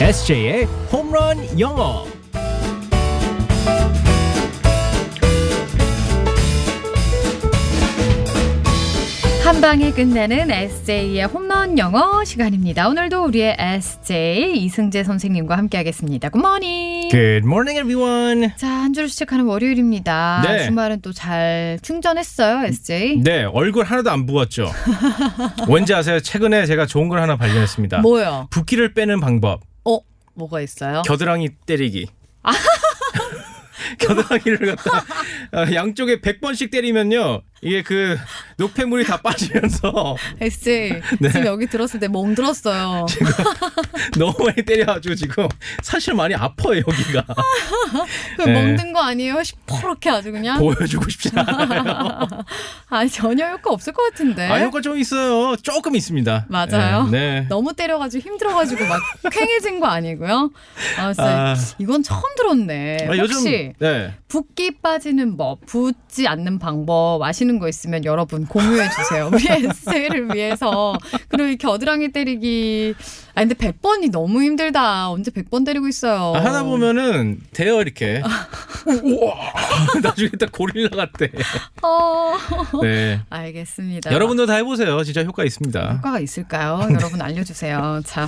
SJ의 홈런 영어. 한 방에 끝내는 SJ의 홈런 영어 시간입니다. 오늘도 우리의 SJ 이승재 선생님과 함께하겠습니다. 굿모닝. Good morning, everyone. 자, 한 주를 시작하는 월요일입니다. 네. 주말은 또 잘 충전했어요, SJ. 네, 얼굴 하나도 안 부었죠. 왠지 아세요? 최근에 제가 좋은 걸 하나 발견했습니다. 뭐요? 붓기를 빼는 방법. 어, 뭐가 있어요? 겨드랑이 때리기. 겨드랑이를 갖다 어, 양쪽에 100번씩 때리면요. 이게 그 녹폐물이 다 빠지면서 SJ. 네. 지금 여기 들었을 때 멍들었어요. 너무 많이 때려가지고 지금 사실 많이 아파요, 여기가. 그 네. 멍든 거 아니에요? 시퍼렇게 아주 그냥. 보여주고 싶지 않아요. 아니, 전혀 효과 없을 것 같은데. 아, 효과 좀 있어요. 조금 있습니다. 맞아요. 네. 네. 너무 때려가지고 힘들어가지고 막 쾌해진 거 아니고요. 아, 진짜 아. 이건 처음 들었네. 아, 혹시 네. 붓기 빠지는 법, 붓지 않는 방법 아시는 거 있으면 여러분 공유해 주세요. 우리 에세이를 위해서. 그리고 이 겨드랑이 때리기. 아 근데 100번이 너무 힘들다. 언제 100번 때리고 있어요. 아. 아, 하다 보면은 돼요 이렇게. 우와. 나중에 딱 고릴라 같대. 어, 네. 알겠습니다. 여러분도 다 해보세요. 진짜 효과 있습니다. 효과가 있을까요? 여러분 알려주세요. 자,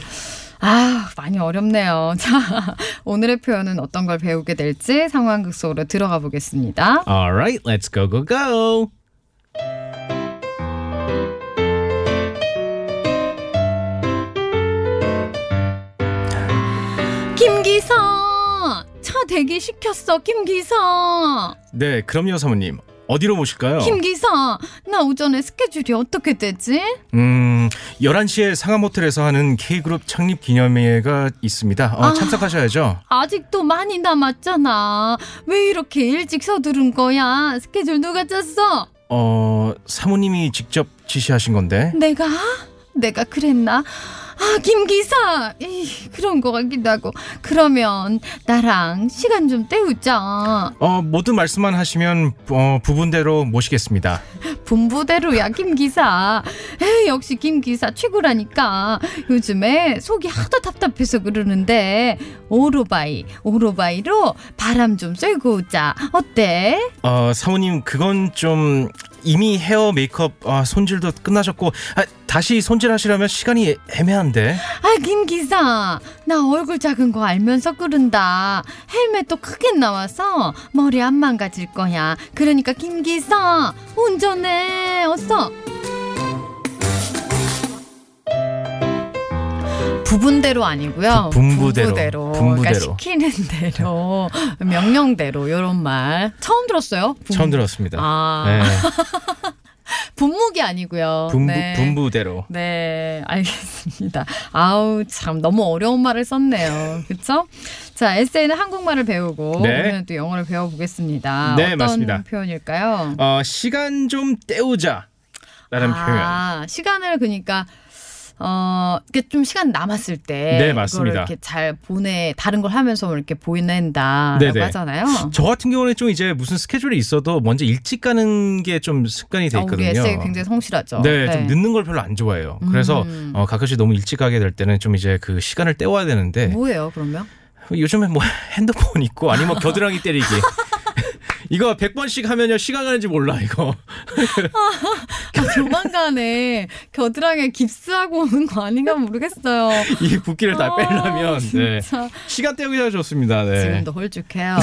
아 많이 어렵네요. 자, 오늘의 표현은 어떤 걸 배우게 될지 상황극 속으로 들어가 보겠습니다. Alright, let's go go go. 김 기사, 차 대기 시켰어. 김 기사, 네, 그럼요 사모님. 어디로 모실까요? 김 기사, 나 오전에 스케줄이 어떻게 되지? 음, 11시에 상암 호텔에서 하는 K그룹 창립 기념회가 있습니다. 어, 아. 참석하셔야죠. 아직도 많이 남았잖아. 왜 이렇게 일찍 서두른 거야? 스케줄 누가 짰어? 어, 사모님이 직접 지시하신 건데. 내가? 내가 그랬나? 아, 김 기사! 이, 그런 거 같기도 하고. 그러면 나랑 시간 좀 때우자. 어, 모든 말씀만 하시면 어, 부분대로 모시겠습니다. 분부대로야, 김 기사. 에이, 역시 김 기사 최고라니까. 요즘에 속이 하도 답답해서 그러는데, 오로바이, 오로바이로 바람 좀 쐬고 오자. 어때? 어, 사모님 그건 좀 이미 헤어 메이크업 아, 손질도 끝나셨고 아, 다시 손질하시려면 시간이 애- 애매한데. 아, 김 기사. 나 얼굴 작은 거 알면서 그런다. 헬멧도 크게 나와서 머리 안 망가질 거야. 그러니까 김 기사, 운전해. 어서. 부분대로 아니고요. 부- 분부대로. 분부대로. 그러니까 분부대로. 시키는 대로, 명령대로 요런 말 처음 들었어요. 분- 처음 들었습니다. 아, 네, 분무기 아니고요. 분부 네. 분부대로. 네, 알겠습니다. 아우, 참, 너무 어려운 말을 썼네요. 그쵸? 자, 에세이는 한국말을 배우고, 네. 오늘은 또 영어를 배워보겠습니다. 네, 어떤 맞습니다. 표현일까요? 어, 시간 좀 때우자. 라는 표현. 아, 시간을 그러니까, 어, 이렇게 좀 시간 남았을 때. 네, 맞습니다. 그걸 이렇게 잘 보내, 다른 걸 하면서 이렇게 보낸다라고 네, 네. 하잖아요. 저 같은 경우는 좀 이제 무슨 스케줄이 있어도 먼저 일찍 가는 게 좀 습관이 돼 어, 우리 있거든요. 에세이 굉장히 성실하죠. 네, 좀 늦는 걸 별로 안 좋아해요. 그래서 음. 어, 가끔씩 너무 일찍 가게 될 때는 좀 이제 그 시간을 때워야 되는데 네. 뭐예요, 그러면? 요즘에 뭐 핸드폰 있고 아니면 뭐 겨드랑이 때리기. 이거 100번씩 하면요 시간 가는지 몰라 이거. 아, 조만간에 겨드랑이에 깁스하고 오는 거 아닌가 모르겠어요. 이 붓기를 다 아, 빼려면 네. 진짜 시간 때우기가 좋습니다. 네. 지금도 홀쭉해요.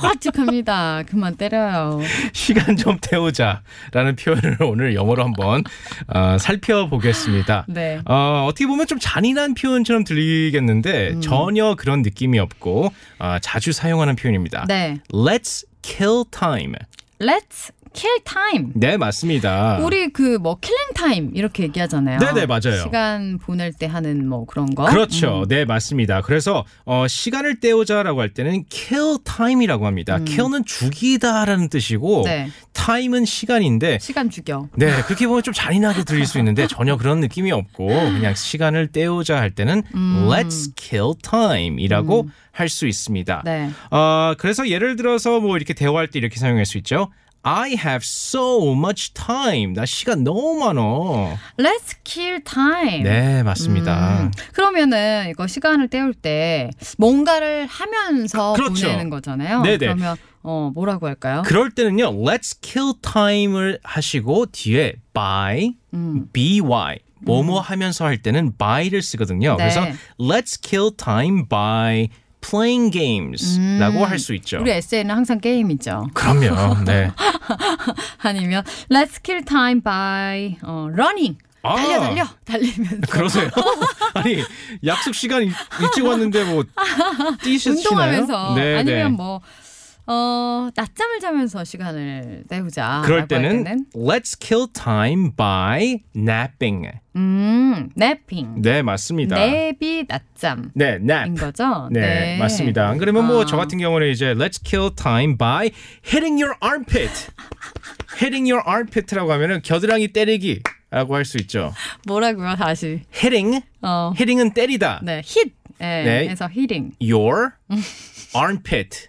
홀쭉합니다. 그만 때려요. 시간 좀 때우자라는 표현을 오늘 영어로 한번 어, 살펴보겠습니다. 네. 어, 어떻게 보면 좀 잔인한 표현처럼 들리겠는데 음. 전혀 그런 느낌이 없고 어, 자주 사용하는 표현입니다. 네. Let's kill time. Let's kill time. 네 맞습니다. 우리 그 뭐 킬링 타임 이렇게 얘기하잖아요. 네네, 맞아요. 시간 보낼 때 하는 뭐 그런 거. 그렇죠. 네, 맞습니다. 그래서 어, 시간을 때우자라고 할 때는 kill time이라고 합니다. kill는 죽이다라는 뜻이고 음. 네. time은 시간인데 시간 죽여. 네, 그렇게 보면 좀 잔인하게 들릴 수 있는데 전혀 그런 느낌이 없고 그냥 시간을 때우자 할 때는 음. let's kill time이라고 할 수 있습니다. 네. 어, 그래서 예를 들어서 뭐 이렇게 대화할 때 이렇게 사용할 수 있죠. I have so much time. 나 시간 너무 많어. Let's kill time. 네, 맞습니다. 음, 그러면은 이거 시간을 때울 때 뭔가를 하면서 그렇죠. 보내는 거잖아요. 네네. 그러면 어 뭐라고 할까요? 그럴 때는요. Let's kill time을 하시고 뒤에 by 음. by 뭐뭐 하면서 할 때는 by를 쓰거든요. 네. 그래서 let's kill time by playing 음. games라고 할 수 있죠. 우리 에세이는 항상 게임이죠. 그럼요. 네. 아니면 Let's kill time by 어, running. 아. 달려 달려 달리면서 그러세요? 아니 약속 시간 일- 일찍 왔는데 뭐 뛰시나요? 운동하면서 네, 아니면 네. 뭐 어, 낮잠을 자면서 시간을 때우자. 그럴 라고 할 때는, let's kill time by napping. 음, napping. 네 맞습니다. 냅이 낮잠인 네 nap. 거죠? 네, 맞습니다. 안 그러면 뭐 아. 저 같은 경우는 이제 let's kill time by hitting your armpit. hitting your armpit라고 하면은 겨드랑이 때리기라고 할 수 있죠. 뭐라고요, 다시. hitting, 어. hitting은 때리다. 네, hit. 예, 네. 그래서 hitting. your armpit,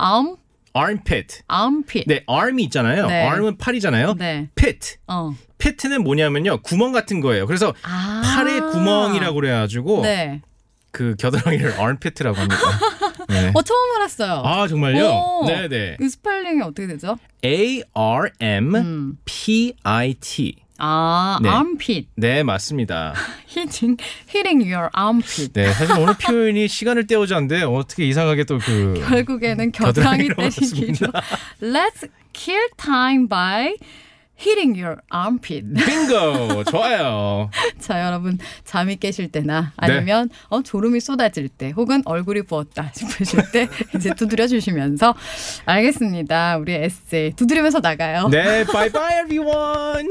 arm, armpit. armpit. 네, arm이 있잖아요. 네. arm은 팔이잖아요. 네. pit. 어. 피트는 뭐냐면요 구멍 같은 거예요. 그래서 아. 팔의 구멍이라고 그래가지고 네. 그 겨드랑이를 얼피트라고 합니다. 네. 어, 처음 알았어요. 아 정말요? 오. 네네. 그 스펠링이 어떻게 되죠? A R M 음. P I T. 아, 네. armpit. 네 맞습니다. hitting, hitting your armpit. 네 사실 오늘 표현이 시간을 때우자인데 어떻게 이상하게 또 그 결국에는 음, 겨드랑이 겨드랑이로 때리기로. Let's kill time by hitting your armpit. 빙고 좋아요. 자, 여러분 잠이 깨실 때나 아니면 어, 졸음이 쏟아질 때 혹은 얼굴이 부었다 싶으실 때 이제 두드려 주시면서 알겠습니다. 우리 에세이 두드리면서 나가요. 네 bye bye everyone.